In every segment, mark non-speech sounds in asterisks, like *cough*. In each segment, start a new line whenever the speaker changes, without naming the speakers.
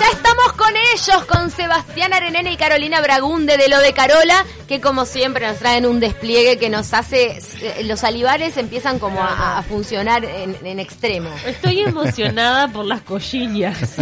Ya estamos con ellos, con Sebastián Arenena y Carolina Bragunde de lo de Carola, que como siempre nos traen un despliegue que nos hace, eh, los salivares empiezan como a, a funcionar en, en extremo.
Estoy emocionada por las cochillas.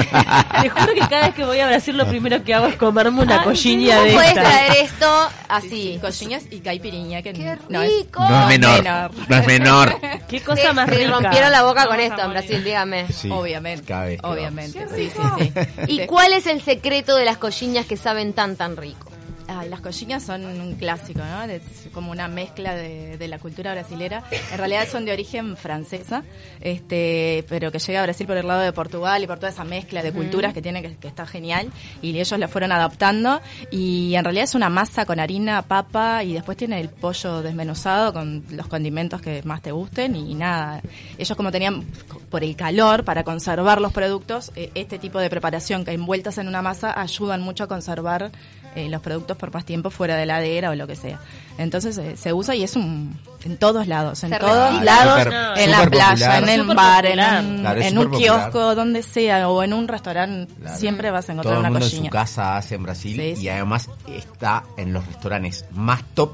Te juro que cada vez que voy a Brasil lo primero que hago es comerme una
Ay,
cochilla
¿Cómo
de
puedes
estas.
traer esto así?
Sí, cochiñas y caipirinha. Que
¡Qué
No es,
rico!
No es menor.
Menor.
No es menor.
Qué
Se-
cosa más
se
este,
rica.
rompieron la boca con
Vamos a
esto en
morir.
Brasil, dígame.
*laughs* Sí,
obviamente.
cada vez que
obviamente.
vamos.
Sí, sí, sí.
¿Y
*laughs*
Te-
cuál es el secreto de las cochiñas que saben tan tan rico?
Ay, Ah, las cochiñas son un clásico, ¿no? Es como una mezcla de, de la cultura brasilera. En realidad son de origen francesa, este, pero que llega a Brasil por el lado de Portugal y por toda esa mezcla de culturas que tiene, que, que está genial. Y ellos la fueron adaptando. Y en realidad es una masa con harina, papa y después tiene el pollo desmenuzado con los condimentos que más te gusten. Y nada, ellos como tenían por el calor, para conservar los productos, eh, este tipo de preparación que envueltas en una masa ayudan mucho a conservar eh, los productos por más tiempo fuera de la heladera o lo que sea. Entonces eh, se usa y es un en todos lados, en
Se
todos
repite.
lados,
Súper-
no.
en la
Ah, súper
playa,
popular.
en el
Súper
bar, en
popular.
un,
Claro, es
en un
súper popular.
kiosco, donde sea, o en un restaurante,
Claro.
siempre vas a encontrar
Todo
una
el mundo en su
cochina.
casa hace en Brasil
Sí, sí.
y además está en los restaurantes más top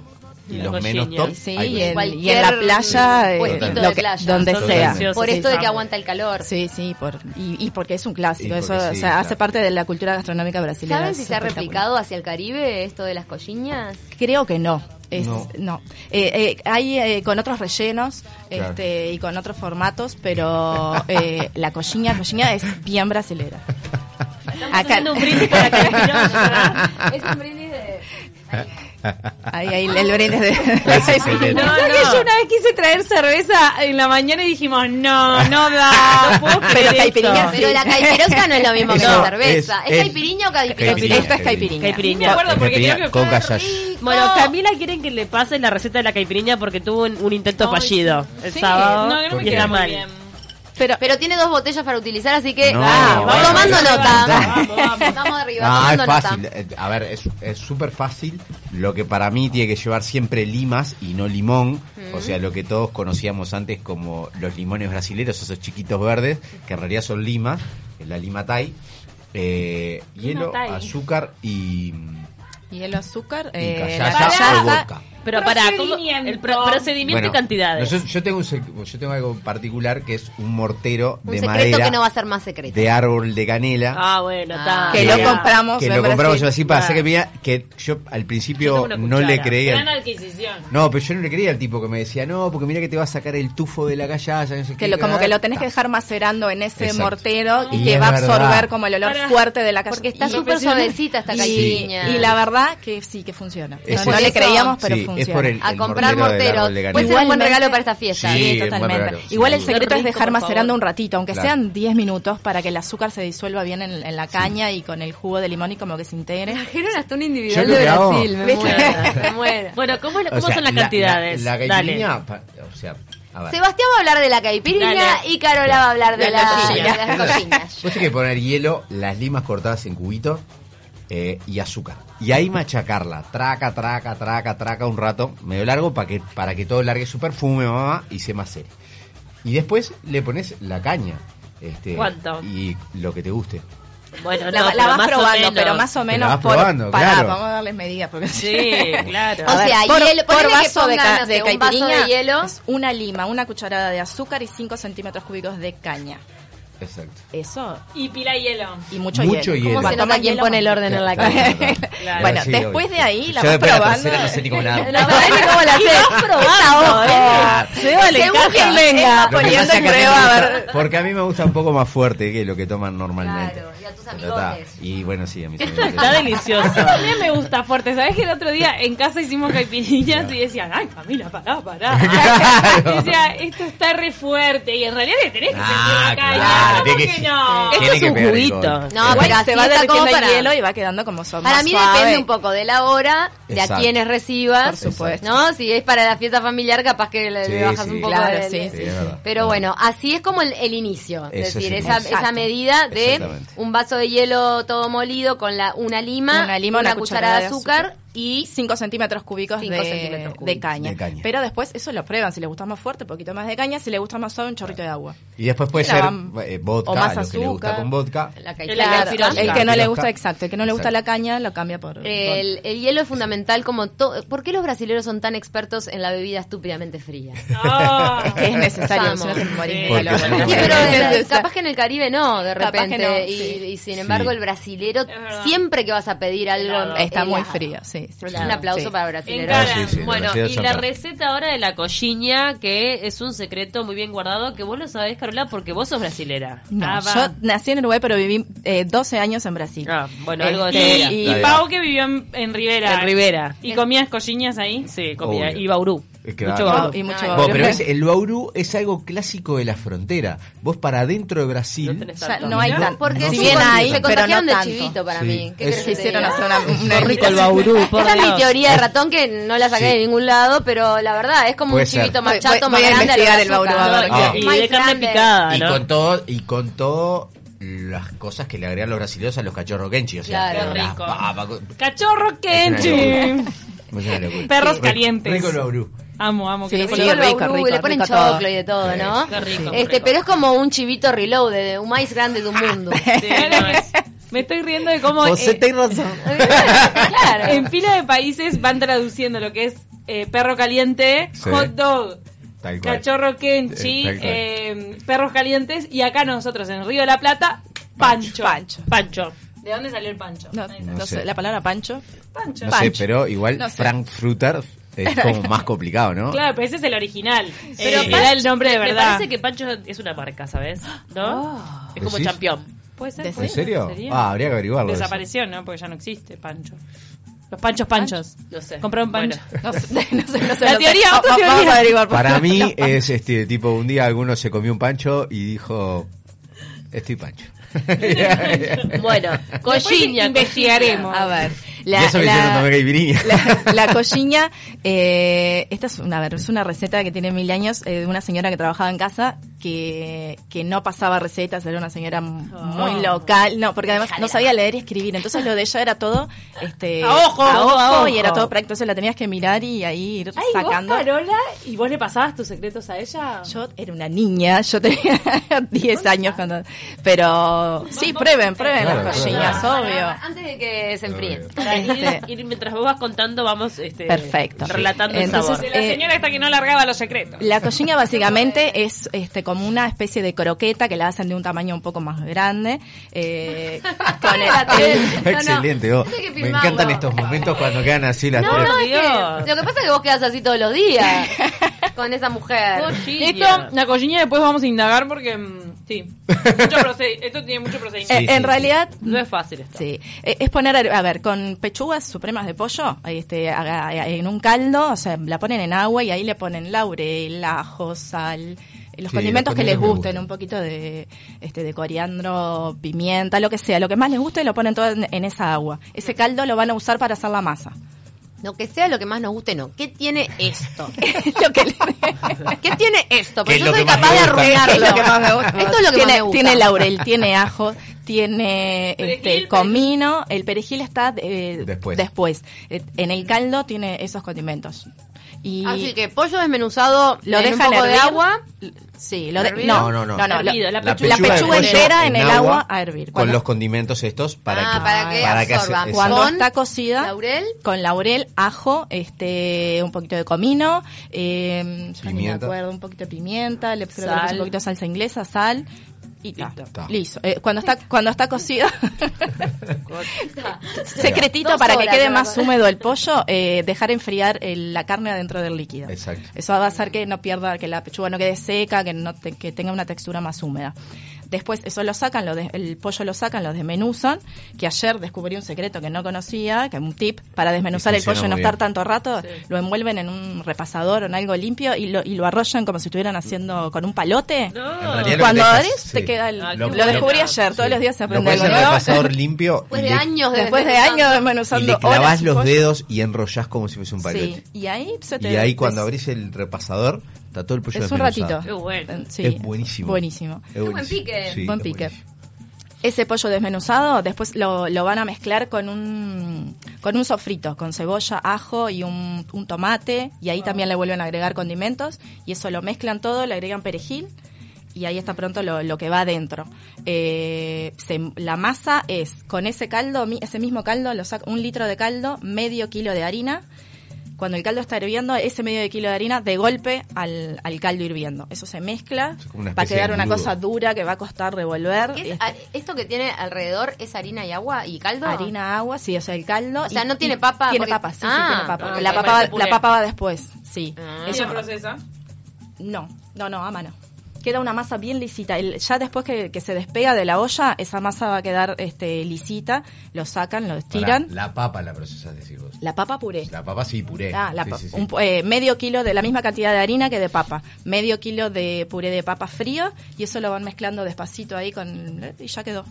y
Las
los menos
cochiñas.
top.
Sí,
Hay *laughs*
y en,
cochiñas.
y en la playa, eh,
puestito
lo
de
que-
playa.
donde
Son
sea.
deliciosos.
Por
Sí,
esto de
sí.
que aguanta el calor.
Sí, sí, por, y, y porque es un clásico,
Y
eso
porque sí,
o sea,
claro.
hace parte de la cultura gastronómica brasileña.
¿Saben
es
si se ha
espectacular.
replicado hacia el Caribe esto de las cochiñas?
Creo que no. Es,
No.
no. Eh, eh, hay eh, con otros rellenos
Claro.
este, y con otros formatos, pero eh, la cochiña, cochiña es bien brasilera. Acá,
haciendo un brindis por acá, ¿verdad?
Es un brindis
*laughs*
de...
*laughs* ahí, ahí, el brindis de...
Es excelente.
No,
¿Sabes que
no.
yo una vez quise traer cerveza en la mañana y dijimos, no, no da, no puedo
Pero
creer
caipirinha
esto.
sí.
Pero la caipirosca no es lo mismo que
No,
la cerveza.
es-
¿Es,
es-
caipirinha o caipirinha?
Caipirinha.
Esto es caipirinha.
Caipirinha.
Me acuerdo porque creo que
con
fue
kayak.
Bueno, Camila quieren que le pase la receta de la caipirinha porque tuvo un, un intento fallido el
Sí,
sábado.
No, no me
Porque
y
queda
era
muy
mal.
bien.
Pero, pero tiene dos botellas para utilizar, así que
No,
ah,
vamos,
tomando
vamos,
nota.
vamos,
vamos.
Estamos arriba,
Ah, es
tomando nota.
fácil. Eh, A ver, es es súper fácil. Lo que para mí tiene que llevar siempre limas y no limón. O sea, lo que todos conocíamos antes como los limones brasileros, esos chiquitos verdes, que en realidad son limas, es la lima Thai. eh, hielo,
Thai.
azúcar y,
Y el azúcar,
y
eh, la
cachaza
cachaza,
o vodka.
Pero para el
Procedimiento.
pro- procedimiento y
Bueno,
cantidades.
nosotros- yo, tengo un sec- yo tengo algo particular que es un mortero
Un
de
secreto
madera
que no va a ser más secreto.
de árbol de canela.
Ah, bueno, está.
que
lo
lo compramos
que
en
lo compramos
Brasil.
así para hacer
Claro.
que mira que yo al
Yo
principio
tengo una
no
cuchara.
le
Gran
creía
adquisición.
no pero yo no le creía al tipo que me decía no porque mira que te va a sacar el tufo de la callaza no sé
Que
qué,
lo, como que lo
ta.
tenés que dejar macerando en ese
Exacto.
mortero y,
Y
que
es
va a absorber
verdad.
como el olor
Para-
fuerte de la cachaza.
Porque está
Y-
súper suavecita esta
y-
caipirinha.
Y la verdad que sí, que funciona.
Es
No,
por
no le
eso.
creíamos, pero
Sí, es
funciona.
por el-
a comprar
mortero del
morteros.
árbol de
Pues
Puede ser un buen
Igualmente-
regalo para esta fiesta.
Sí,
Sí,
es un buen
totalmente.
regalo, sí.
Igual el
Qué
secreto es
rico,
dejar
por
macerando
favor.
un ratito, aunque
Claro.
sean 10 minutos, para que el azúcar se disuelva bien en, en la caña y con el jugo de limón y como que se integre.
Trajeron hasta un individual
Yo lo
de
que hago-
Brasil, me
¿Viste?
muero,
*laughs*
me muero.
Bueno, ¿cómo,
O
cómo
sea,
son las
la-
cantidades?
la, la
Dale.
caipirinha, pa- o sea a ver
Sebastián va a hablar de la caipirinha
Dale.
y Carola va a hablar de,
De
la-
las
de
cochillas.
Ah,
*laughs*
las
*laughs*
cochillas.
vos tenés que poner hielo las limas cortadas en cubitos eh, y azúcar y ahí machacarla traca traca traca traca un rato medio largo para que para que todo largue su perfume mamá y se macere y después le pones la caña este
¿Cuánto?
y lo que te guste
Bueno,
La,
no,
la
pero
vas
más o
probando,
menos.
pero más o
Pero
menos
vas
por-
probando,
pará,
claro.
vamos a darles medidas porque *laughs*
Sí, claro.
O
A ver,
sea,
por,
hielo-
por
ponele que
vaso
pongan,
de, ca-
no
de
sé, un vaso de
caipirinha,
hielo.
es una lima, una cucharada de azúcar y 5 centímetros cúbicos de caña.
exacto
Eso
Y pila de hielo.
y mucho,
Mucho hielo.
hielo.
¿Cómo se
Cuanto
nota
más
quién
hielo,
pone el
más-
orden en la
Claro,
calle?
claro.
Claro.
*laughs* Bueno,
Sí,
después
obvio.
de ahí la
Yo
vas
después de la
probando.
tercera no sé ni cómo la hago.
No sabés ni cómo la haces. Esta hoja.
Se vale,
Según
caja.
quien venga.
Lo que
poniendo
pasa
en
es que a mí me
prueba, a
gusta- Porque a mí me gusta un poco más fuerte que lo que toman normalmente.
Claro, y a tus
Pero está.
amigotes.
Y bueno, sí, a mis
Está
amigos.
delicioso.
También me gusta fuerte. ¿Sabes que el otro día en casa hicimos caipirinhas y decían, ay, Camila, pará, pará?
Claro.
Decía, esto está re fuerte. Y en realidad le tenés que sentir
Ah,
la calle.
claro,
¿Cómo
tiene
que
que-
no?
Esto
Tiene
es
que
un
pegar el
juguito.
golpe.
No,
Igual
pero así
se va
está como
derritiendo el
para-
hielo y va quedando como son
Para
más
mí
suave.
depende un poco de la hora, de a
Exacto.
quiénes
Por
recibas.
supuesto.
¿No? Si es para la fiesta familiar, capaz que le, le
Sí,
bajas
sí.
un poco
Claro,
del-
sí, sí,
Sí, es verdad.
Pero bueno, así es como el, el inicio.
Eso
Es decir,
es el
esa,
inicio.
esa medida de
Exactamente.
un vaso de hielo todo molido con la una lima,
Una lima, una
cucharada de azúcar,
cucharada de
y
5 centímetros cúbicos,
Cinco
de,
centímetros
de
cúbicos.
caña.
De caña.
Pero después eso lo prueban. Si les gusta más fuerte, poquito más de caña. Si les gusta más suave, un chorrito de agua.
Y después puede
La
ser
van-
eh, vodka,
o más
a los que le gusta
azúcar.
con vodka.
La
El
caipira.
agua pirosca.
el que no
Pirosca.
le gusta, exacto, el que no le gusta
Exacto.
la caña lo cambia por.
El, el hielo es fundamental como todo. ¿Por qué los brasileños son tan expertos en la bebida estúpidamente fría?
Oh,
Ah.
por- *laughs* es necesario,
Vamos.
si no te morís de
Porque
calor.
si no-
Sí, pero en-
Entonces,
capaz que en el Caribe no, de
Capaz
repente.
que no,
y,
sí.
y sin embargo,
Sí.
el brasilero,
verdad.
siempre que vas a pedir algo.
Helado.
Está muy
helado.
frío, sí. sí,
Un
claro,
aplauso
sí.
para brasileros.
Encara.
Encaran.
Sí, sí,
bueno,
los
y
fideos son
la
raros.
receta ahora de la cochiña, que es un secreto muy bien guardado, que vos lo sabés, Carola, porque vos sos brasilera.
No,
Ah, va.
yo nací en Uruguay, pero viví eh, 12 años en Brasil.
Ah, bueno, algo de
Este,
teoría.
y-
Está
Y
bien.
Pau que vivió en, en Rivera.
En Rivera.
¿Y comías cochiñas ahí?
Sí, comida.
Obvio.
Y Bauru.
Es que
Mucho
va-
Bauru.
y mucho
Ay.
Vos,
valor.
pero es- el Bauru es algo clásico de la frontera. Vos para adentro de
No
Brasil,
tenés
Ya
tanto.
no hay
No,
tanto.
Porque
no
si
se
bien
contagian.
ahí, se
pero
contagiaron
no
de
tanto.
chivito para
Sí.
mí. ¿Qué
Es-
querés que te
Quisieron
diga?
hacer una, una
Qué rico el
invitación.
Bauru, por
Esa es mi
Dios.
teoría de ratón que no la saqué
Sí.
de ningún lado, pero la verdad es como
Puede
un chivito
ser.
más
Voy-
chato,
voy-
más
voy a
grande.
investigar
la
el Bauru,
azúcar.
a ver
Ah.
Y,
My
de carne
Flanders.
picada,
y
¿no?
con todo y con todo las cosas que le agregan los brasileños a los cachorros Kenchi, o sea,
Claro.
las
Rico.
papas, co-
Cachorro
Es
Kenchi.
es
*laughs*
una locura.
Perros
Rico-
calientes.
Rico el Bauru.
Amo, amo.
Sí,
que lo
sí,
conozco.
Con todo el
rico,
Bauru, y
rico,
le ponen
rico
choclo
todo.
y de todo, ¿no?
Qué rico,
Este,
rico.
pero es como un chivito reload de un maíz grande de un mundo.
Sí, no, es- Me estoy riendo de cómo
Vos
eh,
tenés razón.
claro.
en pila de países van traduciendo lo que es eh, perro caliente,
Sí.
hot dog,
Tal cual.
cachorro kenchi,
Eh, tal cual.
eh, perros calientes y acá nosotros en Río de la Plata, pancho.
Pancho.
Pancho. ¿De dónde salió el pancho?
No, no
No
sé,
sé.
la palabra pancho.
Pancho.
No sé,
Pancho.
pero igual
No sé.
Frankfurter es como más
*laughs*
complicado, ¿no?
Claro, pero ese es el original. Pero
Sí.
era el nombre de
Me
verdad. Ah.
parece que Pancho es una marca, ¿sabes? ¿No? es como
¿Decís?
champión.
¿Puede ser?
¿En
¿En
serio?
Sería.
Ah, habría que averiguarlo. eso.
Desapareció, ¿no? Porque ya no existe pancho. Los panchos panchos.
No sé.
Compró un pancho.
No sé, *laughs* no sé, no sé.
La
no
teoría,
sé.
otra
Va-
teoría.
Vamos a averiguar. por
Para
favor.
mí es este tipo, un día alguno se comió un pancho y dijo, estoy pancho.
Bueno, cochiña,
investigaremos.
A ver.
y eso que yo no tomé caipirinha.
la- la cochiña, eh, esta es una, a ver, es una receta que tiene mil años eh, de una señora que trabajaba en casa que, que no pasaba recetas, era una señora m- muy
Oh.
local, no, porque además no sabía leer y escribir, entonces lo de ella era todo este,
A ojo,
a ojo,
a ojo.
y era todo práctico, entonces la tenías que mirar y ahí ir
Ay,
sacando.
vos, Carola, ¿y vos le pasabas tus secretos a ella?
Yo era una niña, yo tenía *laughs* 10 años cuando... Pero sí, prueben, prueben
Claro,
las
claro.
cochiñas, obvio.
Ah, Antes de que se
*laughs*
enfríen.
Para ir,
Este.
ir mientras vos vas contando, vamos este,
Perfecto.
relatando
Entonces,
el sabor.
la
eh,
señora esta que no largaba los secretos.
La cochiña básicamente es este como una especie de croqueta que la hacen de un tamaño un poco más grande.
*laughs*
eh,
*laughs*
con el- el-
No, no.
*laughs* Excelente, vos.
Esto hay que
Me
filmarlo.
encantan estos momentos cuando quedan así las
No,
tres.
no, es
Dios.
que, lo que pasa es que vos quedás así todos los días *laughs* con esa mujer.
Cochiña.
Esto, la cochiña después vamos a indagar porque, mm, sí, mucho proced- esto tiene mucho procedimiento.
eh,
sí,
en
sí.
realidad
No es fácil esto.
Sí, Eh, es poner, a ver, con pechugas supremas de pollo, este, haga- en un caldo, o sea, la ponen en agua y ahí le ponen laurel, ajo, sal, eh, los
Sí,
condimentos
los
que les
condimentos me
gusten,
gustan.
un poquito de, este, de coriandro, pimienta, lo que sea, lo que más les guste lo ponen todo en, en esa agua.
Mm.
Ese caldo lo van a usar para hacer la masa. *laughs*
Lo que sea, lo que más nos guste, no. ¿Qué tiene *laughs* esto?
lo que le-
¿Qué tiene esto? Porque
¿Qué es
yo
lo
soy
que más
capaz
me
de
gusta?
arruinarlo.
¿Qué es lo que
más me gusta?
Esto es lo que
tiene,
más me gusta.
Tiene laurel, tiene ajo, tiene este,
perejil.
comino. El perejil está eh,
Después.
después. Eh, En el caldo tiene esos condimentos. Y
Así Ah, que pollo desmenuzado,
lo
en un
dejan
poco de
hervir.
agua.
Sí, lo de-
¿Hervido?
no,
No, no, no.
lo-
Hervido, la
la
pechuga
pechuga,
de pollo
entera en el agua a hervir.
Con
Cuando,
los condimentos estos para
Ah,
que,
para que
hace-
absorban.
exacto.
cuando
Con
está cocida,
laurel.
con laurel, ajo, este, un poquito de comino, eh, ya ni me
Pimienta.
acuerdo, un poquito de pimienta, le creo que le
Sal.
puse un poquito de salsa inglesa, sal y ta.
Listo.
listo. Eh, cuando está cuando está cocido,
*laughs*
secretito
Dos
para que
horas,
quede
¿no?
más húmedo el pollo, eh, dejar enfriar el- la carne adentro del líquido.
Exacto.
Eso va a hacer que no pierda, que la pechuga no quede seca, que no te- que tenga una textura más húmeda. Después eso lo sacan, lo des- el pollo lo sacan, lo desmenuzan, que ayer descubrí un secreto que no conocía, que un tip para desmenuzar
Y
el pollo y
funciona
no
muy
estar
bien.
tanto rato, lo envuelven en un repasador o en algo limpio y lo, y lo arrollan como si estuvieran haciendo con un palote.
En realidad
Y
lo que
cuando
te dejas-
abrís, te
sí.
queda el...
Ah, qué
lo,
bueno.
descubrí ayer, todos
Sí.
los días se
Lo
aprende
puedes
algo
hacer
nuevo.
repasador limpio
Después
y
de
le-
años de
Después de años
y
desmenuzando
le
horas
clavas
y
los
pollo.
dedos y enrollás como si fuese un
Sí,
palete.
y ahí se *laughs* te...
Y ahí cuando
des-
abrís el repasador, está todo el pollo
Es un
desmenuzado.
ratito.
Qué bueno.
Sí,
Es buenísimo.
Buenísimo.
Es
buen
buenísimo.
pique.
Sí,
Buen
es
pique.
buenísimo.
Ese pollo desmenuzado después lo, lo van a mezclar con un, con un sofrito, con cebolla, ajo y un, un
Ah.
tomate. Y ahí también le vuelven a agregar condimentos. Y eso lo mezclan todo, le agregan perejil. y ahí está pronto lo, lo que va adentro. Eh, se- la masa es con ese caldo, mi- ese mismo caldo, lo saco, un litro de caldo, medio kilo de harina. Cuando el caldo está hirviendo, ese medio de kilo de harina de golpe al, al caldo hirviendo. Eso se mezcla,
Es como
va a
una especie de
quedar una
embudo.
cosa dura que va a costar revolver.
¿Qué es?
Este,
Ah, esto que tiene alrededor es harina y agua y caldo.
harina, agua, sí, o sea, el caldo.
O sea,
y-
no
y
tiene papa,
Tiene
porque-
papa, sí, sí,
Ah,
tiene papa.
ah,
porque
ok,
la, papa,
parece
va- la
puré.
papa va después, sí.
Ah.
¿Ella procesa?
No, no, no, a mano. Queda una masa bien lisita. El- ya después que, que se despega de la olla, esa masa va a quedar este, lisita. Lo sacan, lo estiran.
Pará, la papa la procesas, decís vos.
La papa puré.
La papa sí, puré.
Ah, la
Sí,
pa-
sí, sí.
un pu- eh, medio kilo de la misma cantidad de harina que de papa. Medio kilo de puré de papa frío y eso lo van mezclando despacito ahí con... eh, Y ya quedó.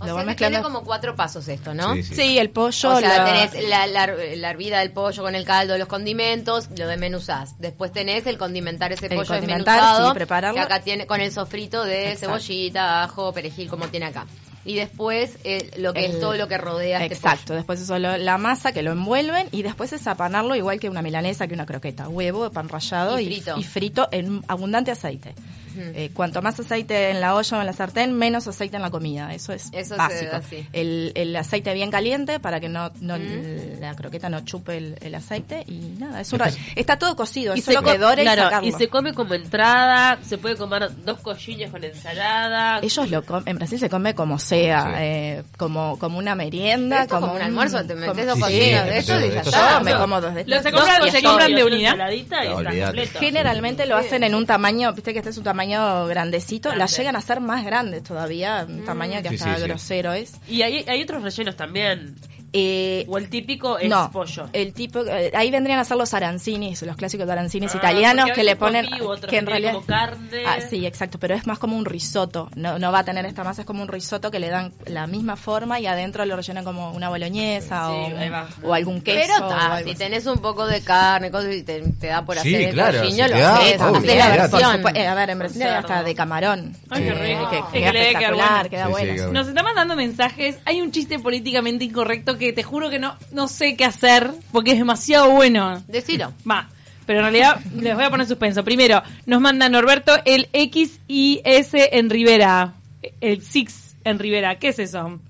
O sea,
lo van
que tiene
mezclando.
como cuatro pasos esto, ¿no?
Sí,
Sí, el pollo.
o sea,
la-
tenés la, la, la hervida del pollo con el caldo, los condimentos, lo desmenuzás. Después tenés el condimentar ese
El
pollo
condimentar,
desmenuzado.
sí, prepararlo.
Que acá tiene con el sofrito de
Exacto.
cebollita, ajo, perejil, como tiene acá. Y después eh, lo que es
El-
todo lo que rodea este
Exacto, después eso lo- la masa que lo envuelven y después es apanarlo igual que una milanesa, que una croqueta, huevo, pan rallado
Y
y,
frito.
y frito en abundante aceite. Eh, cuanto más aceite en la olla o en la sartén, menos aceite en la comida, eso es
Eso se
básico.
da así.
El, el aceite bien caliente para que no, no- la croqueta no chupe el, el aceite y nada, es un ra- está todo cocido, es solo
co-
que dore
claro,
y sacarlo.
y se come como entrada, se puede comer dos cochillas con ensalada.
Ellos lo com- en Brasil se come como sea,
Sí.
eh, como, como una
Pero
merienda,
esto es como un almuerzo, te metes dos
Sí, sí,
cocinas
te
de
metes
eso y
dos
ya
de
está.
esos.
Yo me como dos de
Los se
estos.
compran,
Dos
se compran de
cochillas, una
unidad.
ensaladita y
No,
estás
olvidate.
completo.
Generalmente lo hacen en un tamaño, viste que este es un tamaño grandecito, la
Grande. Mm.
llegan a ser más grandes todavía, un tamaño que
Sí,
hasta
sí, sí.
grosero es.
Y hay, hay otros rellenos también.
Eh,
O el típico es
no,
pollo.
el tipo, eh, ahí vendrían a ser los arancinis, los clásicos arancinis
Ah,
italianos
porque a
que le
veces con
ponen,
vivo, otros
que
tienen
en realidad
como carne.
Ah, sí, exacto, pero es más como un risotto, no, no va a tener esta masa, es como un risotto que le dan la misma forma y adentro lo rellenan como una boloñesa
Sí,
o,
ahí va.
o algún queso.
Pero
o
ta,
algo
si
así.
tenés un poco de carne, cosas, y te, te da por
Sí,
hacer el
claro,
cochiño,
si
lo
te da,
haces,
obvio,
haces la
olvidate.
Ah, Por
versión.
supuesto, eh, a ver, en Brasil hay
cerdo.
hasta de camarón.
Ay,
qué
Eh,
rico.
Que,
Es
que
que
queda
le debe quedar
espectacular,
bueno.
queda
Sí, sí,
bueno.
queda bueno.
Nos están mandando mensajes. Hay un chiste políticamente incorrecto que te juro que no, no sé qué hacer porque es demasiado bueno.
Decilo.
Va. Pero en realidad les voy a poner suspenso. Primero, nos manda Norberto el X y S en Rivera. El Six en Rivera. ¿Qué es eso?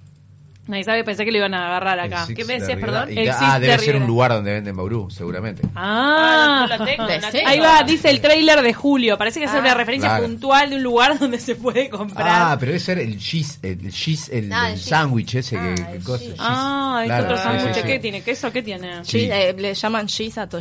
Nadie sabe, pensé que lo iban a agarrar acá.
El
¿Qué
Six
me
de
decías,
Rivera.
perdón?
Y
El
ta-
Six
ah,
de
debe ser un
Rivera.
lugar donde venden Bauru, seguramente.
Ah,
no la tengo,
De
la
seco.
tengo.
ahí va, dice el trailer de Julio. Parece que es una referencia
Claro.
puntual de un lugar *laughs* donde se puede
Ah,
comprar.
pero debe ser el cheese, el cheese, el,
Ah,
el
el cheese.
sándwich ese que, que cosa, cheese.
Ah, es
Claro,
otro
sí,
sándwich.
sí, sí.
¿Qué tiene? ¿Queso? ¿Qué tiene?
Sí.
Cheese, eh, le llaman cheese a todo,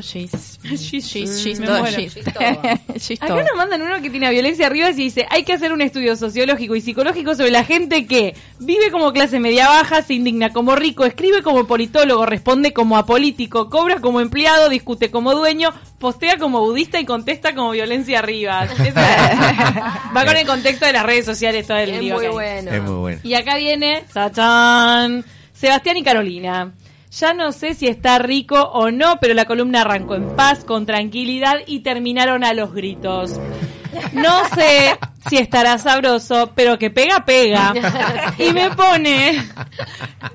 *laughs*
cheese,
Cheese.
cheese,
Mm,
cheese, cheese,
me
todo,
muero.
cheese.
Cheese todo.
*laughs* Cheese
Acá
todo.
nos mandan uno que tiene a Violencia Rivas y dice, hay que hacer un estudio sociológico y psicológico sobre la gente que vive como clase media baja, se indigna como rico, escribe como politólogo, responde como apolítico, cobra como empleado, discute como dueño, postea como budista y contesta como Violencia Rivas.
*laughs*
Eso es- *laughs* va con el contexto de las redes sociales todo el
Es
lío
muy
que hay.
bueno.
Es muy bueno.
Y acá viene, ¡tachán! Sebastián y Carolina. Ya no sé si está rico o no, pero la columna arrancó en paz, con tranquilidad y terminaron a los gritos. No sé si estará sabroso, pero que pega, pega. Y me pone,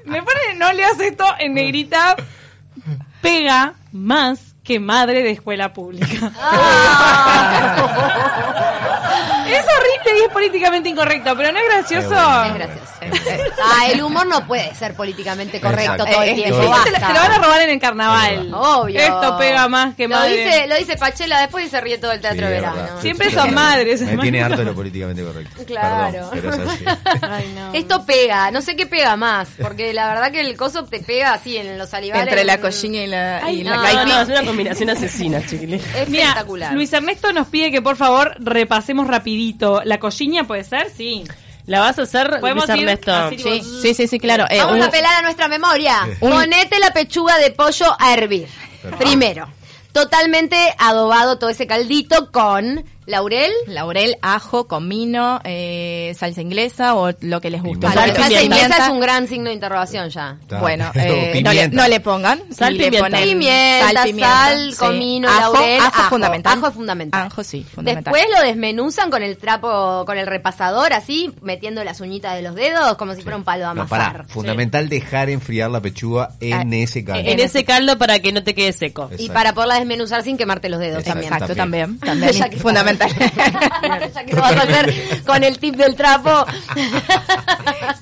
me pone, no le hace esto en negrita, pega más que madre de escuela pública. Eso riste y es políticamente incorrecto, pero no es gracioso.
Es gracioso. Ah, el humor no puede ser políticamente correcto
Exacto.
todo el
Eh,
tiempo.
eh,
Te, lo-
basta.
te lo van a robar en el carnaval.
Obvio.
Esto pega más que
lo
madre.
Dice, lo dice Pachela después y se ríe todo el
Sí,
teatro
es
verano.
verdad.
Siempre son madres,
Me
hermano.
tiene harto de lo políticamente correcto.
Claro.
Perdón, pero es así.
*laughs*
Ay, no.
Esto pega, no sé qué pega más, porque la verdad que el coso te pega así en los salivares.
Entre la cochina y la, y
Ay,
la
no,
caipi.
no,
es una combinación asesina, chiquilín.
Es
Mira,
espectacular.
Luis Ernesto nos pide que por favor repasemos rapidito. ¿La cochiña puede ser? Sí.
La vas a hacer,
Podemos
Luis
ir
Ernesto.
así,
Sí, sí, sí, sí, claro. Eh,
Vamos
un-
a apelar a nuestra memoria.
Un-
Ponete la pechuga de pollo a hervir. Primero. Totalmente adobado todo ese caldito con laurel.
Laurel, ajo, comino, eh, salsa inglesa o lo que les guste.
Limón.
A la
Sal,
salsa
Pimienta.
inglesa es un gran signo de interrogación ya.
Está.
*laughs*
Bueno,
O
eh, no, le,
pimienta.
no le pongan.
Sal,
y le
pimienta.
ponen
Pimienta, sal,
sí.
comino,
ajo,
laurel,
Ajo,
ajo.
es fundamental.
Ajo es fundamental.
Ajo, sí, fundamental.
Después lo desmenuzan con el trapo, con el repasador así, metiendo las uñitas de los dedos como si fuera un palo a
No,
amasar.
pará. Fundamental dejar enfriar la pechuga en ese caldo.
En ese caldo para que no te quede seco.
Y
Exacto.
para poderla desmenuzar sin quemarte los dedos
Exacto.
también.
Exacto,
*laughs*
también.
también.
también.
Ya que estamos cuentan. *laughs* ya que lo vas a hacer con el tip del trapo,
*laughs*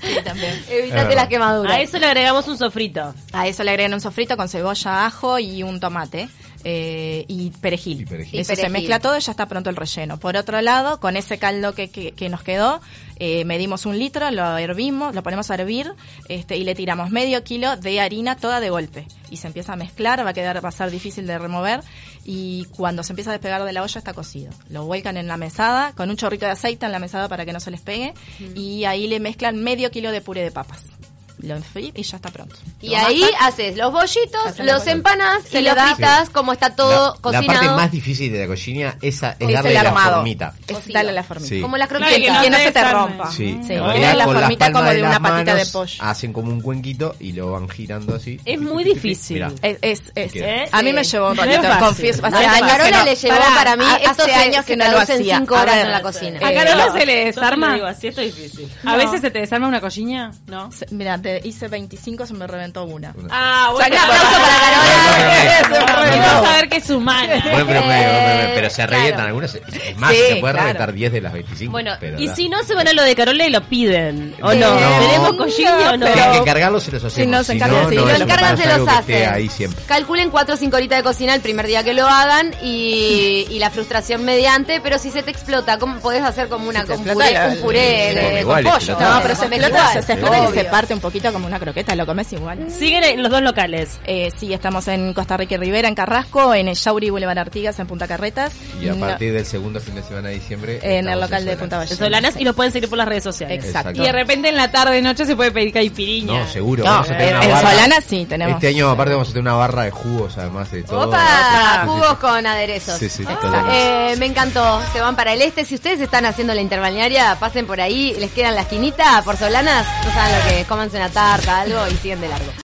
Sí, también.
Es
evitate
verdad.
las quemaduras.
A eso le agregamos un sofrito.
*laughs* A eso le agregan un sofrito con cebolla, ajo y un tomate. eh, y perejil.
Y perejil.
Eso
Y perejil.
se mezcla todo y ya está pronto el relleno. Por otro lado, con ese caldo que, que- que nos quedó, eh, medimos un litro, lo hervimos, lo ponemos a hervir este, y le tiramos medio kilo de harina toda de golpe. Y se empieza a mezclar, va a quedar, va a ser difícil de remover. Y cuando se empieza a despegar de la olla está cocido. Lo vuelcan en la mesada con un chorrito de aceite en la mesada para que no se les pegue. Y ahí le mezclan medio kilo de puré de papas. Lo enfrían y ya está pronto.
Y
Lo
ahí
amasan.
haces los bollitos,
Hacen los
los
bollitos.
empanadas
Se
y
le
los
da-
fritas, como está todo
la, la
cocinado.
parte más difícil de la cocina esa es
Es
darle
el
la
armado.
formita.
Es
Cocido.
darle la formita.
Sí.
Como las
Claro,
croquetas.
que
que no
se
se te
desarme.
rompa.
Sí,
Ah. Sí.
en
Como
realidad
la
con las
formita
palmas
como
de,
de
las
una patita de
manos ah,
pollo.
Hacen como un cuenquito y lo van girando así.
Es muy difícil.
Mirá.
Es, es, es.
¿Qué?
¿Eh? A mí me
Sí.
llevó un
No es
ratito,
fácil.
confieso.
A
hace
la
años que
Carola
no.
le llevó
Pará,
para mí
a-
estos
hace años que no lo
traducen
hacía.
cinco
A
horas
ver,
en la cocina.
A
Eh,
Carola
no.
Yo
se le
te lo digo
desarma.
así, esto es
*laughs*
difícil.
A veces se te desarma una cochilla, ¿no?
Se- Mira, te hice 25, se me reventó una.
Ah,
bueno,
bueno.
para-
Buen
Quiero saber que es humana.
promedio, buen promedio, pero se revientan algunos. Es más,
Sí,
se puede
claro.
reventar 10 de las 25.
Bueno, *laughs*
pero
y
da.
si no, se van a lo de Carola y lo piden. ¿O no?
No.
¿Tenemos
No,
cochilla o no?
Tienen que encargarlos y los hacemos.
Si no, se encargan, sí.
Si
No,
lo
es
encargan,
algo
se los
que esté
hacen.
Ahí siempre.
Calculen 4 o 5 horitas de cocina el primer día que lo hagan y, y la frustración mediante, pero si se te explota, ¿cómo podés hacer como una
Si te
con
explota,
puré,
la-
un puré
Sí,
de,
come
con
igual,
pollo?
explota.
No, pero se
come
explota,
igual.
se explota y se
Obvio.
parte un poquito como una croqueta, lo comes igual.
Siguen en los dos locales.
Eh, sí, estamos en Costa Rica y Rivera, en Carrasco, en el Yauri Boulevard Artigas, en Punta Carretas.
Y a
No,
partir del segundo fin de semana de diciembre.
En
estamos
el local de
Solanas.
Punta
En
Ballena.
Solanas y los pueden seguir por las redes sociales.
Exacto.
Y de repente en la tarde, noche se puede pedir caipiriña.
No, seguro.
No,
vamos a tener
en,
una
en
barra.
Solanas sí tenemos.
Este año, aparte, vamos a tener una barra de jugos, además de todo.
Opa,
Sí, sí, sí.
jugos con aderezos.
Sí, sí,
Ah.
totalmente.
Eh, me encantó. Se van para el este. Si ustedes están haciendo la interbalnearia, pasen por ahí, les quedan la esquinita por solanas, no saben lo que, es. cómanse una tarta, algo y siguen de largo.